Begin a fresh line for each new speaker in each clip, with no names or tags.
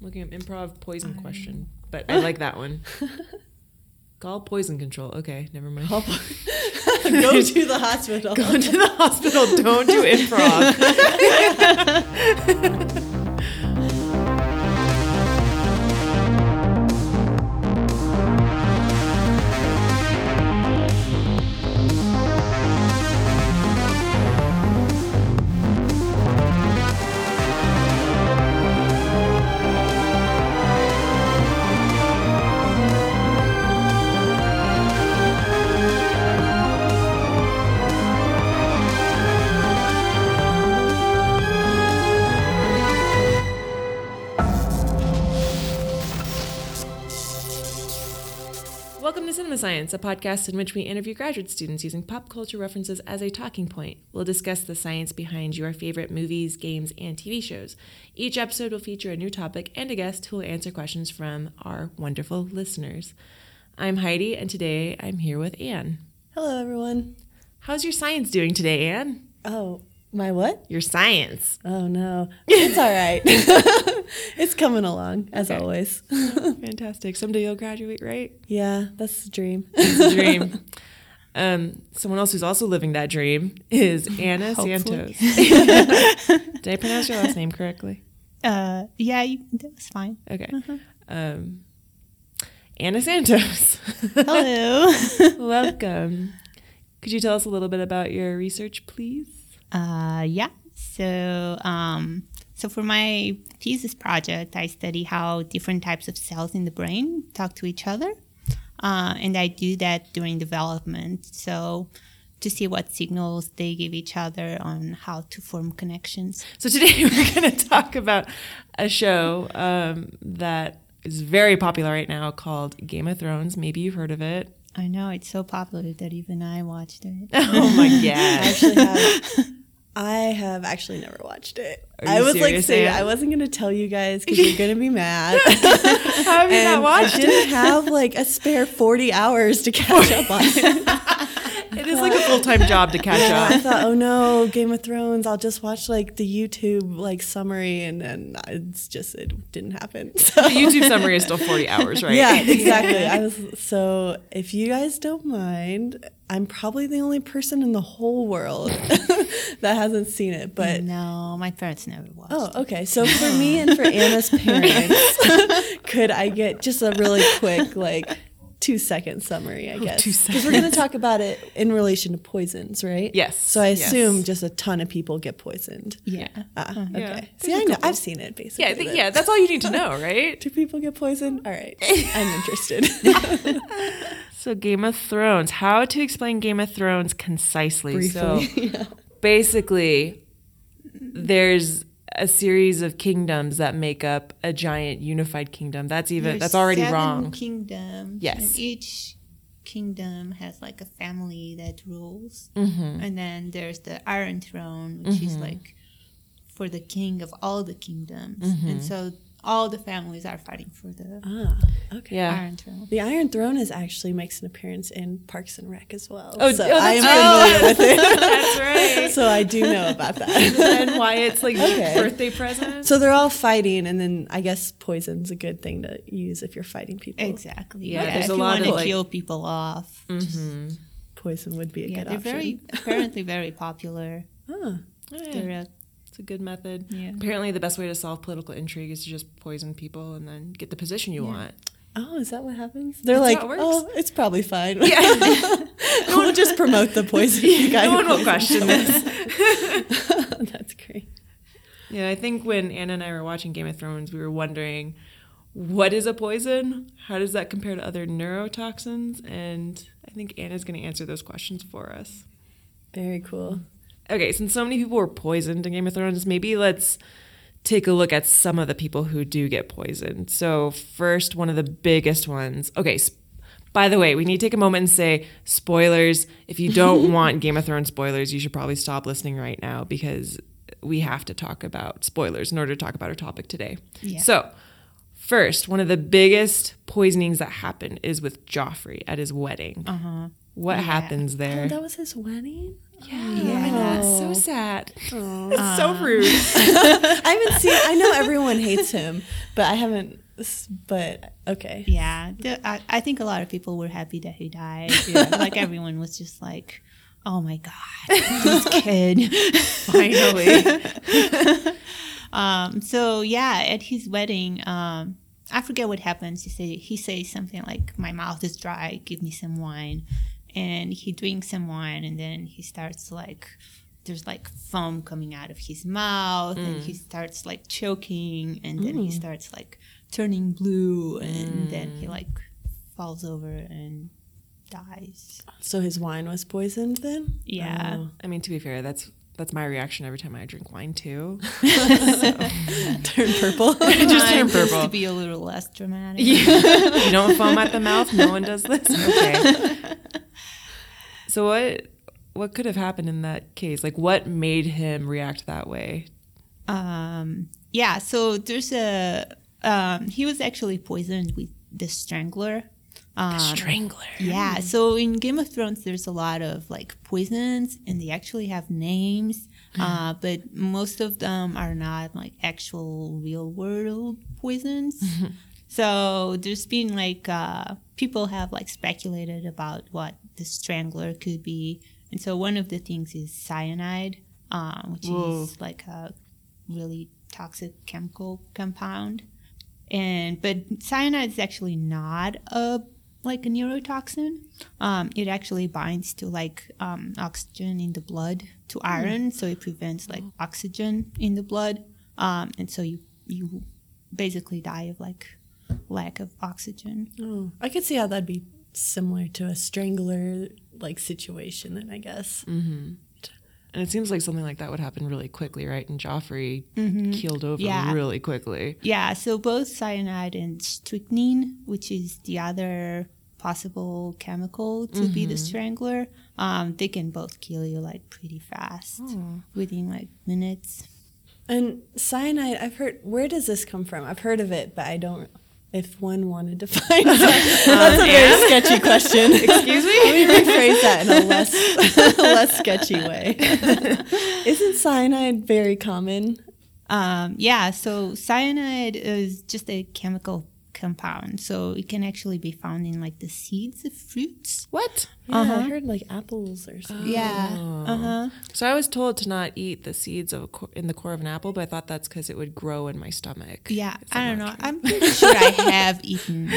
Looking up improv poison question, but I like that one. Call poison control. Okay, never mind. Go
Go to the hospital.
into the hospital. Don't do improv. Welcome to Cinema Science, a podcast in which we interview graduate students using pop culture references as a talking point. We'll discuss the science behind your favorite movies, games, and TV shows. Each episode will feature a new topic and a guest who will answer questions from our wonderful listeners. I'm Heidi, and today I'm here with Anne.
Hello, everyone.
How's your science doing today, Anne?
Oh, my what?
Your science.
Oh, no. It's all right. it's coming along, as
Okay.
always.
Fantastic. Someday you'll graduate, right?
Yeah, that's the dream.
It's a dream. Um, someone else who's also living that dream is Anna Santos. Did I pronounce your last name correctly?
Uh, yeah, you, that was fine.
Okay. Um, Anna Santos,
Hello.
welcome. Could you tell us a little bit about your research, please?
uh, yeah. So, um, so for my thesis project, I study how different types of cells in the brain talk to each other, uh, and I do that during development. So, to see what signals they give each other on how to form connections.
So today we're going to talk about a show um, that is very popular right now called Game of Thrones. Maybe you've heard of it.
I know it's so popular that even I watched it.
Oh my
I
gosh.
actually have. I have actually never watched it.
Are
I
you
was like
serious,
saying
Anne?
I wasn't gonna tell you guys because you're gonna be mad.
How have you not
And
watched
I
it?
didn't have like a spare forty hours to catch up on. it.
It is like a full time job to catch up.
I thought, oh no, Game of Thrones. I'll just watch like the YouTube like summary, and then it's just it didn't happen. So.
The YouTube summary is still 40 hours, right?
Yeah, exactly. I was so if you guys don't mind, I'm probably the only person in the whole world that hasn't seen it. But
no, my parents never watched.
oh, okay. So for me and for Anna's parents, could I get just a really quick like two second summary? I guess
Oh, two
because we're going to talk about it in relation to poisons, right?
Yes,
So I
yes.
assume just a ton of people get poisoned.
Yeah.
Ah, okay.
Oh, Yeah.
See, I know. I've seen it basically.
Yeah, I think,
then.
yeah, that's all you need to know, right?
Do people get poisoned? All right, I'm interested.
So, Game of Thrones. How to explain Game of Thrones concisely? So, basically, there's a series of kingdoms that make up a giant unified kingdom. That's even
There's
that's already
seven
wrong.
Kingdoms.
Yes.
And each kingdom has like a family that rules,
Mm-hmm.
and then there's the Iron Throne, which is like for the king of all the kingdoms,
Mm-hmm.
and so all the families are fighting for the
ah, okay.
Oh, Yeah.
Iron Throne.
The Iron Throne is actually makes an appearance in Parks and Rec as well.
Oh,
so
oh, that's
I am
right.
familiar with
That's right.
it, so I do know about that.
and Wyatt's like
Okay.
birthday present.
So they're all fighting, and then I guess poison's a good thing to use if you're fighting people.
Exactly.
Yeah, there's
if
a
you
lot
want
of,
to
like-
kill people off. just-
Mm-hmm.
Poison would be a
yeah,
good option.
they're very apparently very popular.
Huh.
Oh, Yeah,
They're uh, a,
it's a good method.
Yeah.
Apparently, the best way to solve political intrigue is to just poison people and then get the position you want.
Oh, is that what happens? They're
That's
like,
how it works.
oh, it's probably fine.
Yeah,
we'll just promote the poison. You guys
no one will question this.
That's great.
Yeah, I think when Anna and I were watching Game of Thrones, we were wondering what is a poison? How does that compare to other neurotoxins? And I think Anna's going to answer those questions for us.
Very cool.
Okay, since so many people were poisoned in Game of Thrones, maybe let's take a look at some of the people who do get poisoned. So, first, one of the biggest ones. Okay, sp- by the way, we need to take a moment and say spoilers. If you don't want Game of Thrones spoilers, you should probably stop listening right now because we have to talk about spoilers in order to talk about our topic today.
Yeah.
So, first, one of the biggest poisonings that happened is with Joffrey at his wedding.
uh-huh.
What happens there?
Oh, that was his wedding?
yeah, I know, Um, that's so sad. It's so rude.
I haven't seen I know everyone hates him, but I haven't s- but okay.
Yeah, the, I, I think a lot of people were happy that he died. Like everyone was just like, "Oh my god, this kid!"
Finally,
Um, so yeah, at his wedding, um, I forget what happens. He say he says something like, "My mouth is dry. Give me some wine," and he drinks some wine, and then he starts like. There's like foam coming out of his mouth,
Mm.
and he starts like choking, and then he starts like turning blue,
Mm.
and then he like falls over and dies.
So his wine was poisoned then?
Yeah.
I mean to be fair, that's that's my reaction every time I drink wine too.
Turned purple.
It just
Mine
turned
tends
purple.
to be a little less dramatic.
you don't foam at the mouth. No one does this. Okay. So what what could have happened in that case? Like what made him react that way?
Um, yeah, so there's a. Um, he was actually poisoned with the strangler. Um,
Strangler.
yeah, so in Game of Thrones, there's a lot of like poisons, and they actually have names, uh, but most of them are not like actual real world poisons. so there's been like uh, people have like speculated about what the strangler could be, and so one of the things is cyanide, uh, which
Whoa.
is like a really toxic chemical compound and but cyanide is actually not a like a neurotoxin. Um, it actually binds to like um, oxygen in the blood to iron, so it prevents like oxygen in the blood, um, and so you you basically die of like lack of oxygen.
Oh, I could see how that'd be similar to a strangler like situation then I guess.
And it seems like something like that would happen really quickly, right? And Joffrey keeled over
Yeah.
really quickly.
Yeah, so both cyanide and strychnine, which is the other possible chemical to be the strangler, um, they can both kill you like pretty fast within like minutes.
And cyanide, I've heard where does this come from? I've heard of it, but I don't if one wanted to find it. That's a very sketchy question.
Excuse me?
Let me rephrase that in a less less sketchy way. Isn't cyanide very common?
Um, yeah, so cyanide is just a chemical compound, so it can actually be found in like the seeds of fruits.
What?
Yeah,
Uh-huh.
I heard like apples or something.
Yeah.
Oh.
Uh huh.
So I was told to not eat the seeds of a cor- in the core of an apple, but I thought that's because it would grow in my stomach.
Yeah,
Is that
I don't know.
not
I'm pretty sure I have eaten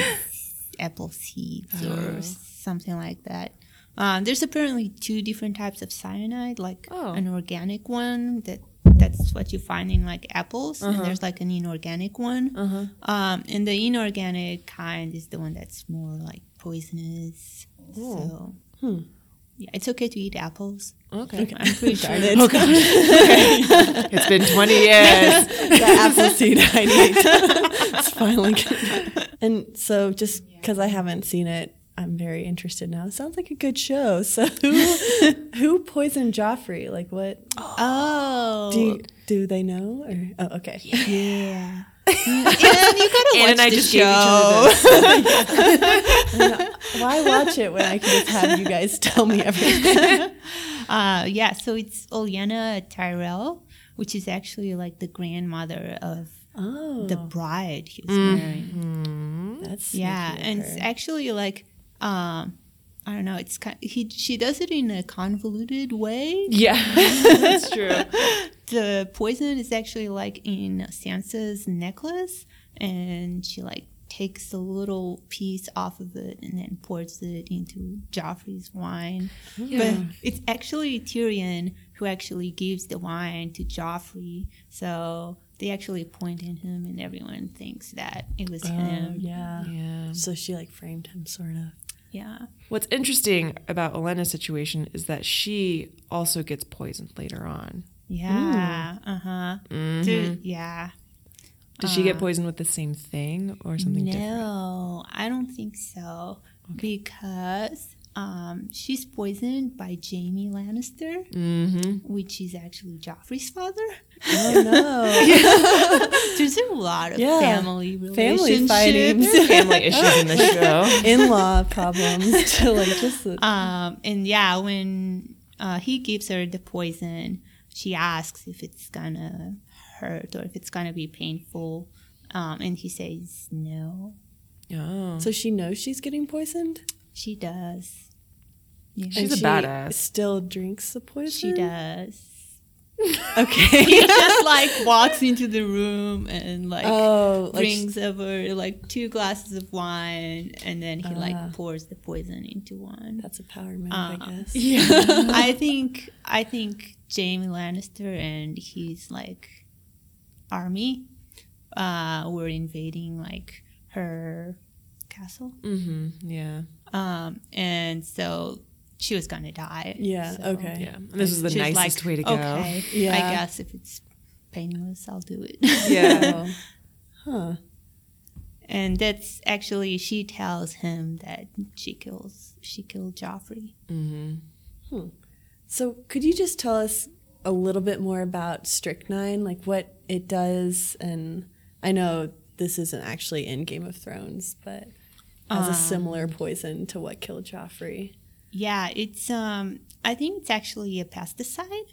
apple seeds
Oh.
or something like that. Um, there's apparently two different types of cyanide, like
Oh.
an organic one that that's what you find in like apples,
Uh-huh.
and there's like an inorganic one. Um, and the inorganic kind is the one that's more like poisonous. So, yeah, it's okay to eat apples.
true? Hmm. Okay.
I'm pretty sure.
Darn it. Oh god,
It's been 20 years.
that apple seed I need. it's finally good. And so just because I haven't seen it, I'm very interested now. It sounds like a good show. So who who poisoned Joffrey? Like what
Oh,
do you, do they know? Or, oh, okay.
yeah. yeah, you gotta watch
Anne and I
the
just
show.
gave each other this.
Why watch it when I can just have you guys tell me everything?
Uh, yeah, so it's Olenna Tyrell, which is actually like the grandmother of
Oh, Mm.
the bride he was marrying.
that's
Yeah,
sneaky of
and
her.
it's actually like, um, I don't know, it's kind he she does it in a convoluted way.
Yeah, that's true.
The poison is actually like in Sansa's necklace, and she like takes a little piece off of it and then pours it into Joffrey's wine. But it's actually Tyrion who actually gives the wine to Joffrey. So they actually point at him, and everyone thinks that it was
Oh,
him.
yeah.
Yeah.
So she like framed him, sort of.
Yeah.
What's interesting about Elena's situation is that she also gets poisoned later on.
Yeah. Uh huh. Yeah.
Did she get poisoned with the same thing or something
Ah. no,
different?
I don't think so. Because um, she's poisoned by Jamie Lannister,
Mm.
Mm-hmm.
which is actually Joffrey's father.
Oh no.
There's a lot of
Yeah.
family
Family
relationships.
fighting.
Family issues in the show.
In-law problems to like just the-
Um, and yeah, when uh, he gives her the poison, she asks if it's gonna hurt or if it's gonna be painful. Um, and he says no.
Oh.
So she knows she's getting poisoned.
She does. Yeah.
She's a badass.
Still drinks the poison.
She does.
Okay.
He just like walks into the room and like
oh, like
brings over like two glasses of wine, and then he
Ah.
like pours the poison into one.
that's a power move, I
Uh,
guess.
Yeah.
I think I think Jamie Lannister and his like army uh, were invading like her castle,
mm-hmm. Yeah.
um, and so she was gonna die.
Yeah,
So
okay.
Yeah. And this is the
she was
nicest
like,
way to go.
Okay,
Yeah.
I guess if it's painless, I'll do it.
Yeah.
Oh. Huh.
and that's actually she tells him that she kills she killed Joffrey.
Mm-hmm.
So could you just tell us a little bit more about strychnine, like what it does? And I know this isn't actually in Game of Thrones, but has
Um,
a similar poison to what killed Joffrey.
Yeah, it's um I think it's actually a pesticide.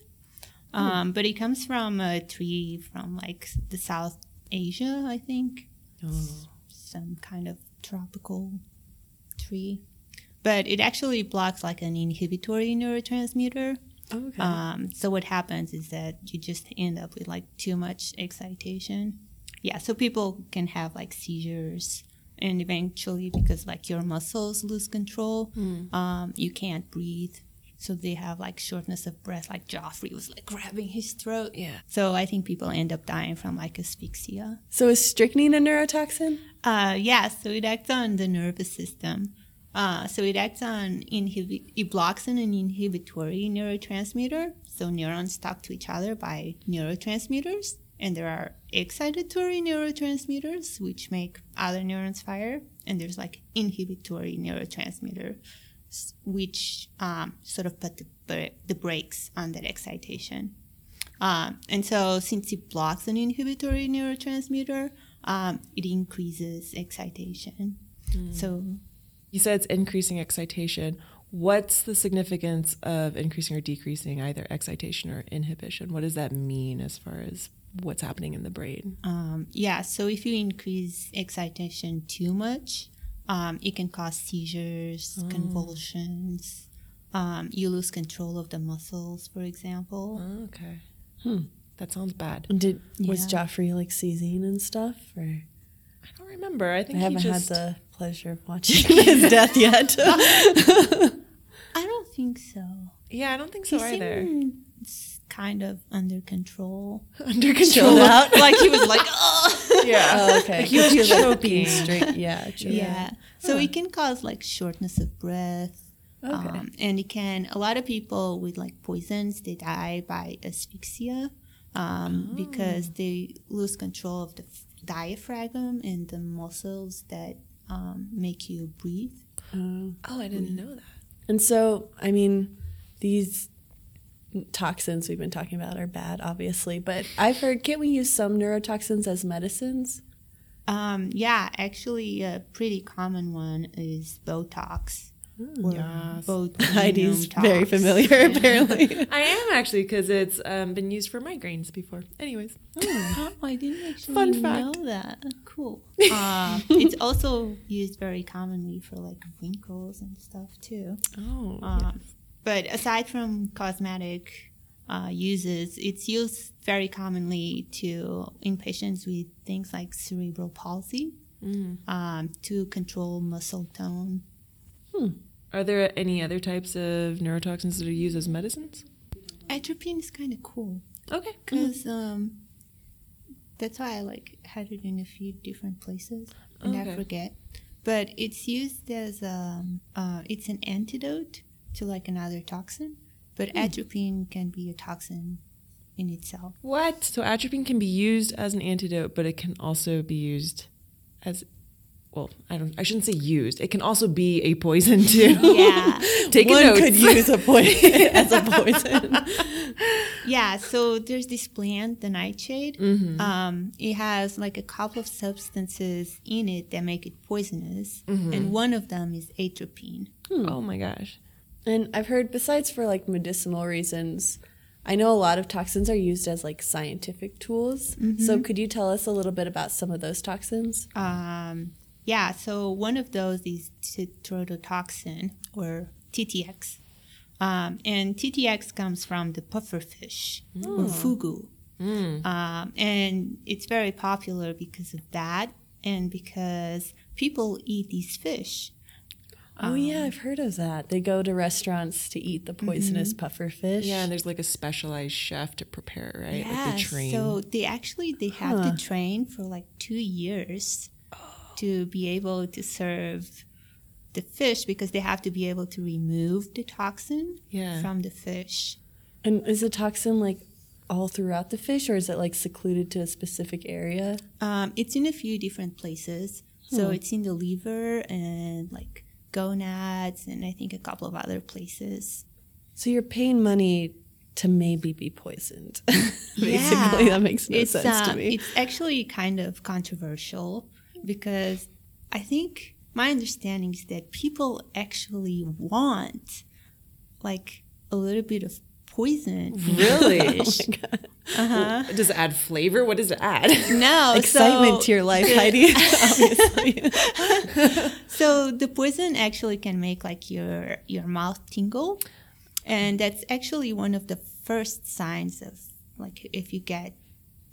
Um but it comes from a tree from like the South Asia, I think.
Oh.
Some kind of tropical tree. But it actually blocks like an inhibitory neurotransmitter.
Oh,
Okay.
Um, so what happens is that you just end up with like too much excitation. Yeah, so people can have like seizures, and eventually because like your muscles lose control, um, you can't breathe. So they have like shortness of breath, like Joffrey was like grabbing his throat.
Yeah.
So I think people end up dying from like asphyxia.
so is strychnine a neurotoxin?
Uh, yeah, so it acts on the nervous system. Uh, so it acts on inhibi- it blocks on an inhibitory neurotransmitter. So neurons talk to each other by neurotransmitters, and there are excitatory neurotransmitters which make other neurons fire, and there's like inhibitory neurotransmitter s- which um, sort of put the, bra- the brakes on that excitation. Um, and so, since it blocks an inhibitory neurotransmitter, um, it increases excitation. So,
You said it's increasing excitation. What's the significance of increasing or decreasing either excitation or inhibition? What does that mean as far as what's happening in the brain?
um, yeah, so if you increase excitation too much, um, it can cause seizures, convulsions. Um, you lose control of the muscles, for
Mm.
example.
Oh, Okay. Hmm. That sounds bad.
And Did was
Yeah.
Joffrey like seizing and stuff? Or
I don't remember. I
I,
think
haven't
he just,
had the pleasure of watching his death yet.
I don't think so.
Yeah, I don't think so
he
either.
seems kind of under control.
Under control.
out.
like he was like, oh.
Yeah.
Oh, okay.
Like he was
Because, like, being
choking.
straight- yeah, true.
Yeah. So it can cause like shortness of breath.
Okay.
Um, and it can, a lot of people with like poisons, they die by asphyxia um, because they lose control of the f- diaphragm and the muscles that um, make you breathe.
Oh.
Oh, I didn't know that.
And so, I mean, these toxins we've been talking about are bad, obviously, but I've heard can't we use some neurotoxins as medicines?
Um, yeah, actually, a pretty common one is Botox. or
yes.
Heidi's
botulinum
very
tox.
familiar, apparently.
I am actually because it's um, been used for migraines before. Anyways,
Oh, I didn't actually
Fun fact.
know that. Cool. Uh, it's also used very commonly for like wrinkles and stuff too.
oh,
Uh, But aside from cosmetic uh, uses, it's used very commonly to in patients with things like cerebral palsy um, to control muscle tone.
are there any other types of neurotoxins that are used as medicines? Mm.
Atropine is kind of cool
Okay,
because um, that's why I like had it in a few different places and I
Okay.
forget. But it's used as um, uh, it's an antidote to like another toxin. But atropine can be a toxin in itself.
What? So atropine can be used as an antidote, but it can also be used as well, I don't. I shouldn't say used. It can also be a poison too.
Yeah.
Take
One
notes.
could use a poison as a poison.
Yeah, so there's this plant, the nightshade. Um, it has like a couple of substances in it that make it poisonous, and one of them is atropine.
oh my gosh.
And I've heard, besides for like medicinal reasons, I know a lot of toxins are used as like scientific tools. So could you tell us a little bit about some of those toxins?
Um, yeah, so one of those is tetrodotoxin or TTX. Um, and TTX comes from the pufferfish or fugu. Um, and it's very popular because of that and because people eat these fish.
oh yeah, I've heard of that. They go to restaurants to eat the poisonous puffer fish.
Yeah, and there's like a specialized chef to prepare it, right? like the train.
So they actually they have to train for like two years to be able to serve the fish because they have to be able to remove the toxin
Yeah.
from the fish.
And is the toxin like all throughout the fish, or is it like secluded to a specific area?
Um, it's in a few different places. So it's in the liver and like gonads and I think a couple of other places.
So you're paying money to maybe be poisoned. Basically,
Yeah.
that makes no
it's,
sense
um,
to me.
It's actually kind of controversial because I think my understanding is that people actually want like a little bit of poison.
Mm-hmm.
in their
Oh
Really?
fish.
Does it add flavor? What does it add?
no
Excitement
Oh, so,
to your life, Heidi. obviously.
So the poison actually can make like your your mouth tingle, and that's actually one of the first signs of like if you get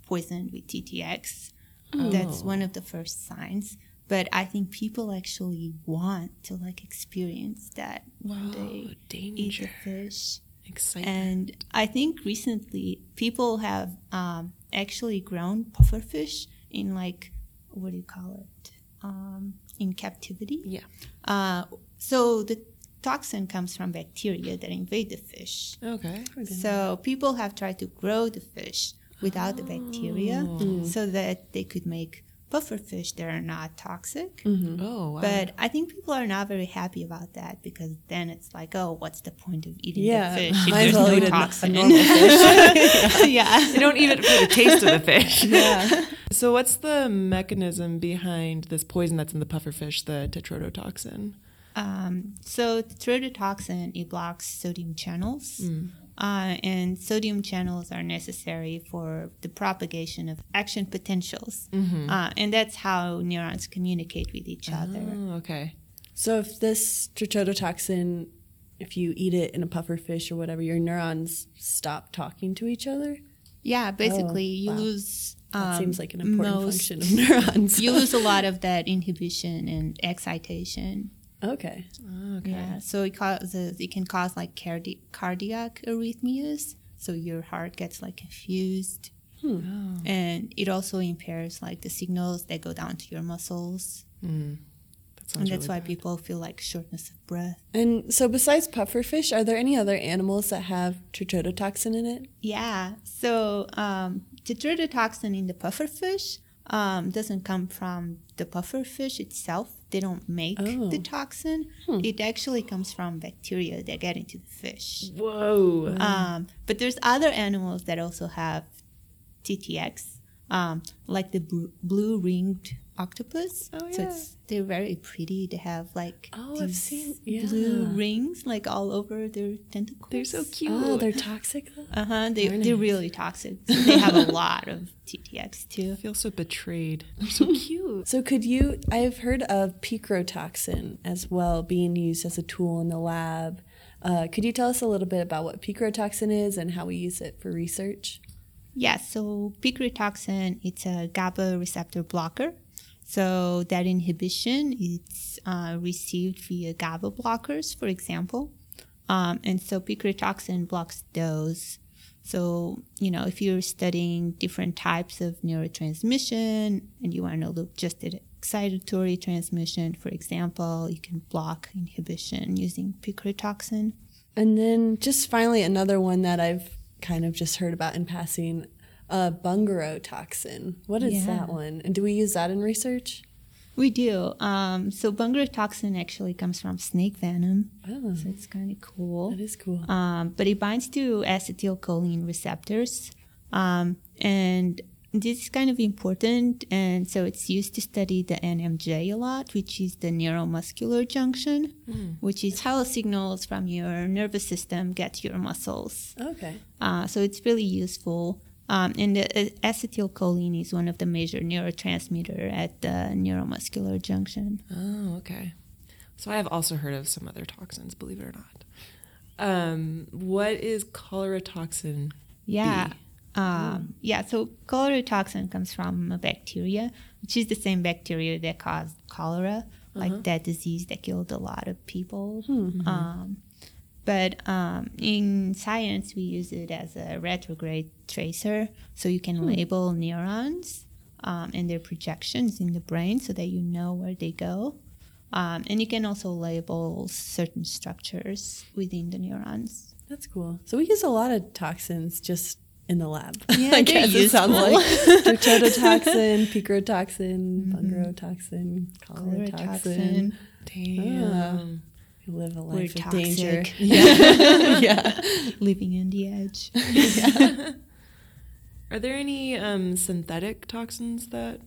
poisoned with TTX. That's one of the first signs. But I think people actually want to like experience that when they eat the
Oh, Danger.
fish.
Exciting.
And I think recently people have um, actually grown pufferfish in like what do you call it? Um, in captivity.
Yeah.
Uh, so the toxin comes from bacteria that invade the fish.
Okay.
So people have tried to grow the fish without the bacteria
Oh.
so that they could make pufferfish that are not toxic.
Mm-hmm.
Oh wow.
But I think people are not very happy about that because then it's like, oh, what's the point of eating
Yeah,
the fish if
might as
there's
well
no
eat a- a
toxin?
normal
you
yeah.
don't eat it for the taste of the fish.
yeah.
So what's the mechanism behind this poison that's in the pufferfish, the tetrodotoxin?
Um, so tetrodotoxin it blocks sodium channels,
Mm.
uh, and sodium channels are necessary for the propagation of action potentials,
Mm-hmm.
uh, and that's how neurons communicate with each
Ah.
other.
Oh, okay.
So if this tetrodotoxin, if you eat it in a puffer fish or whatever, your neurons stop talking to each other.
Yeah, basically, you
Oh, wow.
lose. Um,
That seems like an important
most-
function of neurons.
you lose a lot of that inhibition and excitation.
okay.
Oh, Okay.
Yeah, so it causes it can cause like cardi- cardiac arrhythmias, so your heart gets like confused,
Oh,
and it also impairs like the signals that go down to your muscles,
That
and
sounds
that's
really
why people feel like shortness of breath.
And so besides pufferfish, are there any other animals that have tetrodotoxin in it?
Yeah, so um, tetrodotoxin in the pufferfish um, doesn't come from the pufferfish itself. They don't make
Oh.
the toxin. It actually comes from bacteria that get into the fish.
Whoa.
Um, but there's other animals that also have TTX, um, like the br- blue ringed octopus.
Oh,
So
yeah.
it's, they're very pretty. They have like
Oh, I've
these
seen- yeah.
blue rings like all over their tentacles.
They're so cute.
Oh, they're toxic though?
Uh huh. They, they're really toxic. They have a lot of TTX too.
I feel so betrayed. They're so cute.
So could you I've heard of picrotoxin as well being used as a tool in the lab. Uh, could you tell us a little bit about what picrotoxin is and how we use it for research?
Yeah, so picotoxin, it's a GABA receptor blocker. So that inhibition it's uh, received via GABA blockers, for example. Um, and so picotoxin blocks those. So, you know, if you're studying different types of neurotransmission and you want to look just at excitatory transmission, for example, you can block inhibition using picotoxin.
And then just finally, another one that I've kind of just heard about in passing uh, bungaro toxin. What is
Yeah.
that one? And do we use that in research?
We do. Um, so bungra toxin actually comes from snake venom.
Oh.
So it's kind of cool.
That is cool.
Um, but it binds to acetylcholine receptors. Um, and this is kind of important. And so it's used to study the NMJ a lot, which is the neuromuscular junction, which is how signals from your nervous system get to your muscles.
Okay.
Uh, so it's really useful. Um, and the uh, acetylcholine is one of the major neurotransmitter at the neuromuscular junction.
Oh, okay. So I have also heard of some other toxins, believe it or not. Um, what is cholera toxin?
Yeah. Um, yeah, so cholera comes from a bacteria, which is the same bacteria that caused cholera, like that disease that killed a lot of people. Um, but um, in science, we use it as a retrograde tracer, so you can label neurons um, and their projections in the brain so that you know where they go. Um, and you can also label certain structures within the neurons.
That's cool. So we use a lot of toxins just in the lab.
Yeah,
I
they're
guess it sounds
useful. Mm-hmm.
like tertotoxin, picotoxin, bungrotoxin, cholera
Cholera
Damn.
We live a life
We're
of
toxic. Uh-huh.
danger.
living on the edge.
Are there any um, synthetic toxins that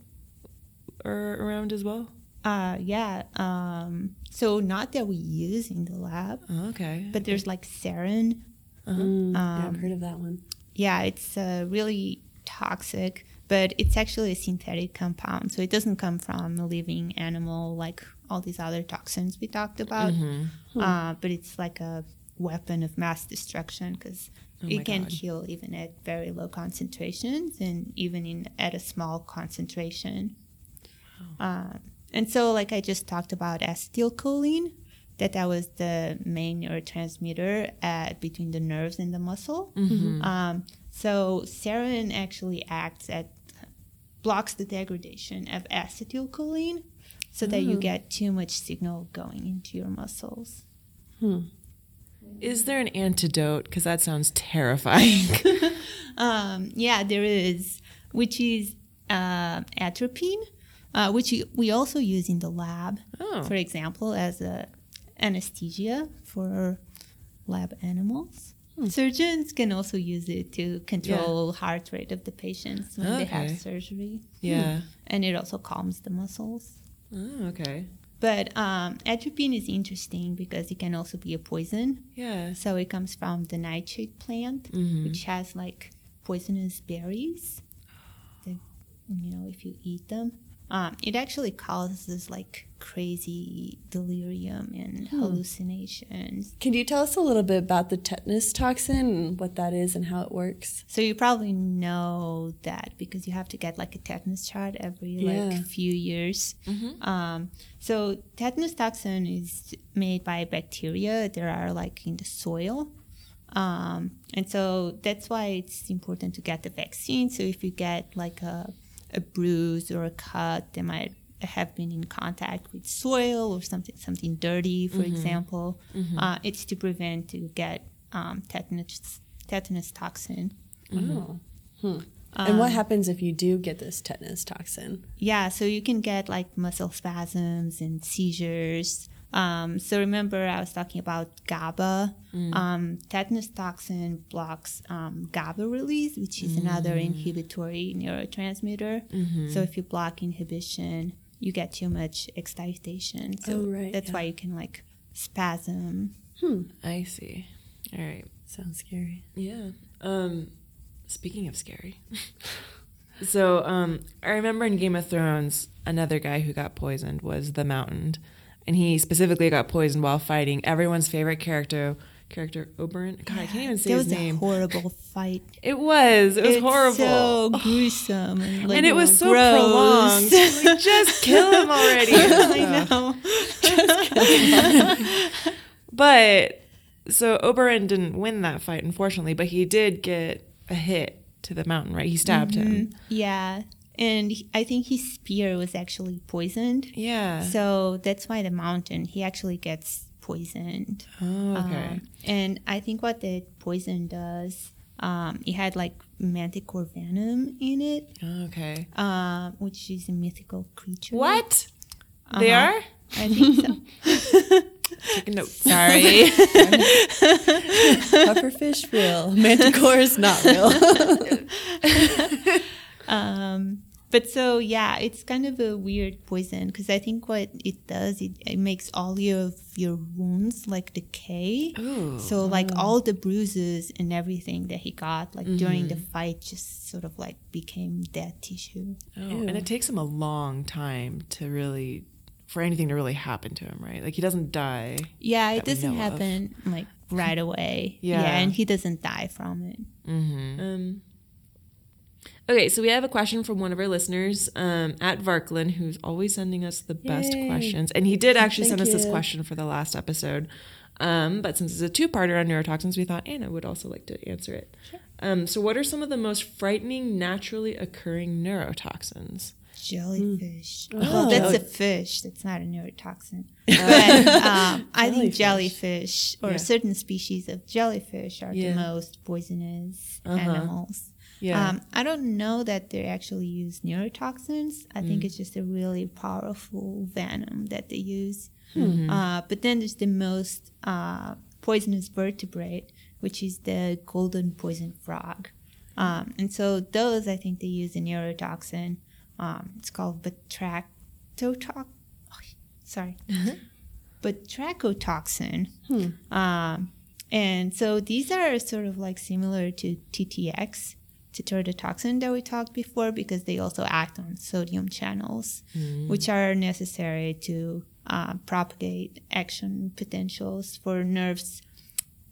are around as well?
Uh, yeah. Um, so not that we use in the lab,
Oh, okay.
but there's like sarin.
Mm, yeah,
Um,
I've heard of that one.
Yeah, it's uh, really toxic, but it's actually a synthetic compound. So it doesn't come from a living animal like all these other toxins we talked about.
Mm-hmm.
Uh,
Hmm.
but it's like a weapon of mass destruction because
Oh my
it can
God.
kill even at very low concentrations and even in at a small concentration. Um, and so, like I just talked about acetylcholine, that that was the main neurotransmitter at, between the nerves and the muscle.
Mm-hmm.
Um, so sarin actually acts at blocks the degradation of acetylcholine, so that
Oh.
you get too much signal going into your muscles.
Is there an antidote? Because that sounds terrifying.
Um, yeah, there is, which is uh, atropine, uh, which you- we also use in the lab.
Oh.
for example, as a anesthesia for lab animals.
Hmm.
Surgeons can also use it to control heart rate of the patients when they have
Okay.
surgery,
yeah.
and it also calms the muscles.
Oh, okay.
But um, atropine is interesting because it can also be a poison.
Yeah.
So it comes from the nightshade plant, which has like poisonous berries. That, you know, if you eat them, um, it actually causes like crazy delirium and hallucinations.
Can you tell us a little bit about the tetanus toxin and what that is and how it works?
So you probably know that because you have to get like a tetanus shot every
Yeah.
like few years. Um, so tetanus toxin is made by bacteria that are like in the soil. Um, and so that's why it's important to get the vaccine. So if you get like a, a bruise or a cut that might have been in contact with soil or something something dirty, for example, uh, it's to prevent to get um, tetanus tetanus toxin. Mm-hmm.
Wow. Hmm. and
Um,
what happens if you do get this tetanus toxin?
Yeah, so you can get like muscle spasms and seizures. Um, so remember, I was talking about GABA.
Mm.
Um, tetanus toxin blocks um, GABA release, which is another
Mm.
inhibitory neurotransmitter.
Mm-hmm.
So if you block inhibition, you get too much excitation. So
Oh, right,
that's
yeah.
why you can like spasm.
I see. All right.
Sounds scary.
Yeah. Um, speaking of scary, so um, I remember in Game of Thrones, another guy who got poisoned was the Mountained, and he specifically got poisoned while fighting everyone's favorite character, character Oberon. God, I can't even say
That
his
was a
name.
horrible fight.
it was. It was
it's
horrible.
So gruesome, and, like,
and it was so
gross.
prolonged. Like, just kill him already.
I know.
But so Oberon didn't win that fight, unfortunately, but he did get a hit to the mountain, right? He stabbed him.
Mm-hmm. Yeah. And he- I think his spear was actually poisoned.
Yeah.
So that's why the mountain, he actually gets poisoned.
oh, okay.
Um, and I think what the poison does, um, it had like manticore venom in it,
Okay.
uh, which is a mythical creature.
What? They
Uh-huh.
are?
I think so.
Taking notes.
Sorry.
Pufferfish real. Manticore is not real.
um, but so yeah, it's kind of a weird poison because I think what it does, it, it makes all your your wounds like decay.
Ooh.
So like all the bruises and everything that he got like during the fight just sort of like became dead tissue.
Oh, and it takes him a long time to really, for anything to really happen to him, right? Like he doesn't die.
Yeah, it
That we
doesn't
know of.
happen like right away.
Yeah.
and he doesn't die from it.
Um, okay, so we have a question from one of our listeners um, at Varklin, who's always sending us the best
Yay.
questions. And he did actually
Thank
send us this
you.
question for the last episode. Um, but since it's a two parter on neurotoxins, we thought Anna would also like to answer it. Um, so, what are some of the most frightening naturally occurring neurotoxins?
Jellyfish.
Oh.
Oh, that's a fish. That's not a neurotoxin. But um, I think jellyfish or
Yeah.
certain species of jellyfish are
Yeah.
the most poisonous
Uh-huh.
animals.
Yeah.
Um, I don't know that they actually use neurotoxins. I think it's just a really powerful venom that they use. Uh, but then there's the most uh, poisonous vertebrate, which is the golden poison frog. Um, and so those, I think they use a neurotoxin. Um, it's called batractotoxin. sorry. Batrachotoxin. Um, and so these are sort of like similar to TTX, tetrodotoxin that we talked before, because they also act on sodium channels,
Mm.
which are necessary to uh, propagate action potentials for nerves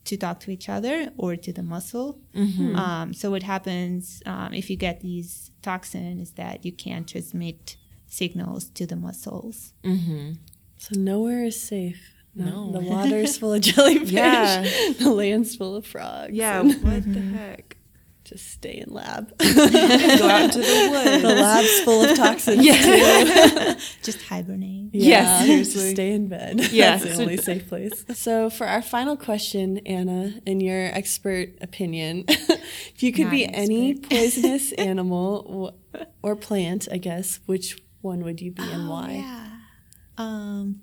to talk to each other or to the muscle.
Mm-hmm.
Um, so what happens um, if you get these toxin is that you can't transmit signals to the muscles.
So nowhere is safe.
No.
No. The water's full of jellyfish.
Yeah.
The land's full of frogs.
yeah,
And
what the
Mm-hmm.
heck?
Just stay in lab.
Go out into the woods.
the lab's full of toxins.
Just hibernate.
Yeah, seriously.
Just stay in bed.
Yeah.
That's the only safe place. So for our final question, Anna, in your expert opinion, if you could
Not
be
an
any poisonous animal w- or plant, I guess, which one would you be and
Oh,
why?
Yeah. Um,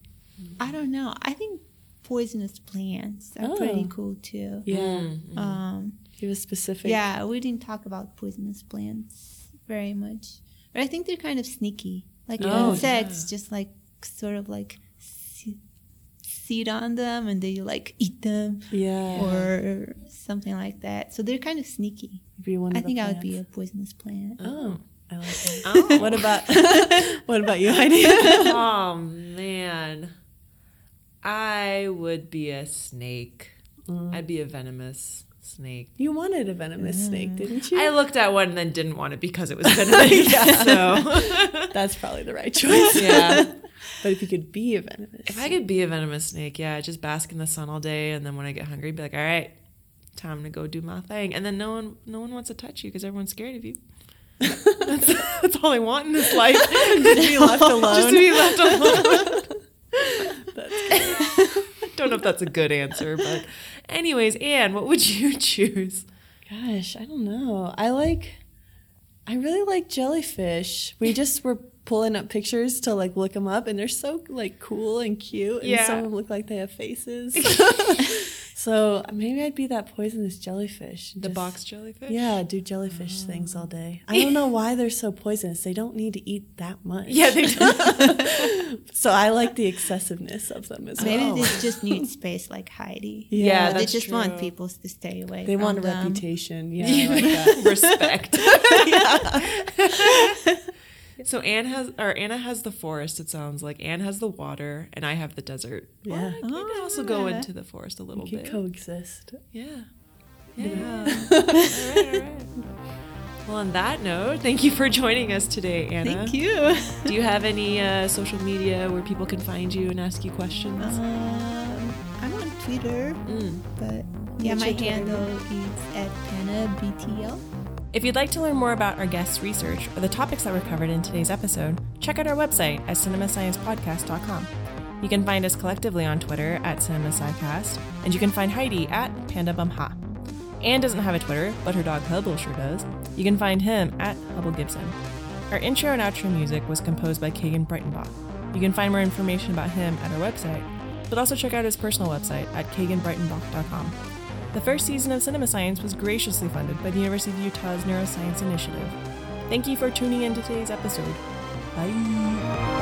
I don't know. I think poisonous plants are pretty
Oh.
cool too.
Yeah.
Um,
Give a specific.
yeah, we didn't talk about poisonous plants very much, but I think they're kind of sneaky. Like
Oh,
insects, just like sort of like sit, sit on them and they like eat them
Yeah.
or something like that. So they're kind of sneaky.
be one
I
of the
think I would be
plants.
a poisonous plant.
Oh. I like that.
Oh.
What about what about you, Heidi?
oh man i would be a snake
Mm.
i'd be a venomous snake
You wanted a venomous snake, didn't you?
i looked at one and then didn't want it because it was venomous so
That's probably the right choice.
yeah
But if you could be a venomous,
if i could be a venomous snake yeah I'd just bask in the sun all day and then when i get hungry be like all right time to go do my thing and then no one no one wants to touch you because everyone's scared of you that's, that's all i want in this life
could be left alone.
just to be left alone. Don't know if that's a good answer, but anyways, Anne, what would you choose?
Gosh, I don't know. I like, I really like jellyfish. We just were pulling up pictures to like look them up, and they're so like cool and cute, and
Yeah.
some of them look like they have faces. so maybe I'd be that poisonous jellyfish. and
The
just-
box jellyfish?
Yeah, do jellyfish things all day. I don't know why they're so poisonous. They don't need to eat that much.
Yeah, they do.
So I like the excessiveness of them as
Maybe
well.
they just need space, like Heidi.
Yeah,
Yeah,
they
that's
just want
true.
people to stay away.
They
from
want a
them.
reputation. Yeah, I like that.
Respect. So Anne has or Anna has the forest, it sounds like. Anne has the water and I have the desert. Well,
Yeah.
I could also go
Ah.
into the forest a little
We could
bit.
coexist.
Yeah. Yeah. all right, all right. Well, on that note, thank you for joining us today, Anna.
Thank you.
Do you have any uh, social media where people can find you and ask you questions?
Um, I'm on Twitter,
Mm.
but yeah,
What's
my
your Twitter
handle is at PannaBTL.
If you'd like to learn more about our guests' research or the topics that were covered in today's episode, check out our website at cinemasciencepodcast.com. You can find us collectively on Twitter at CinemaSciCast, and you can find Heidi at PandaBumHa. Anne doesn't have a Twitter, but her dog Hubble sure does. You can find him at Hubble Gibson. Our intro and outro music was composed by Kagan Breitenbach. You can find more information about him at our website, but also check out his personal website at kaganbreitenbach.com. The first season of Cinema Science was graciously funded by the University of Utah's Neuroscience Initiative. Thank you for tuning in to today's episode. Bye.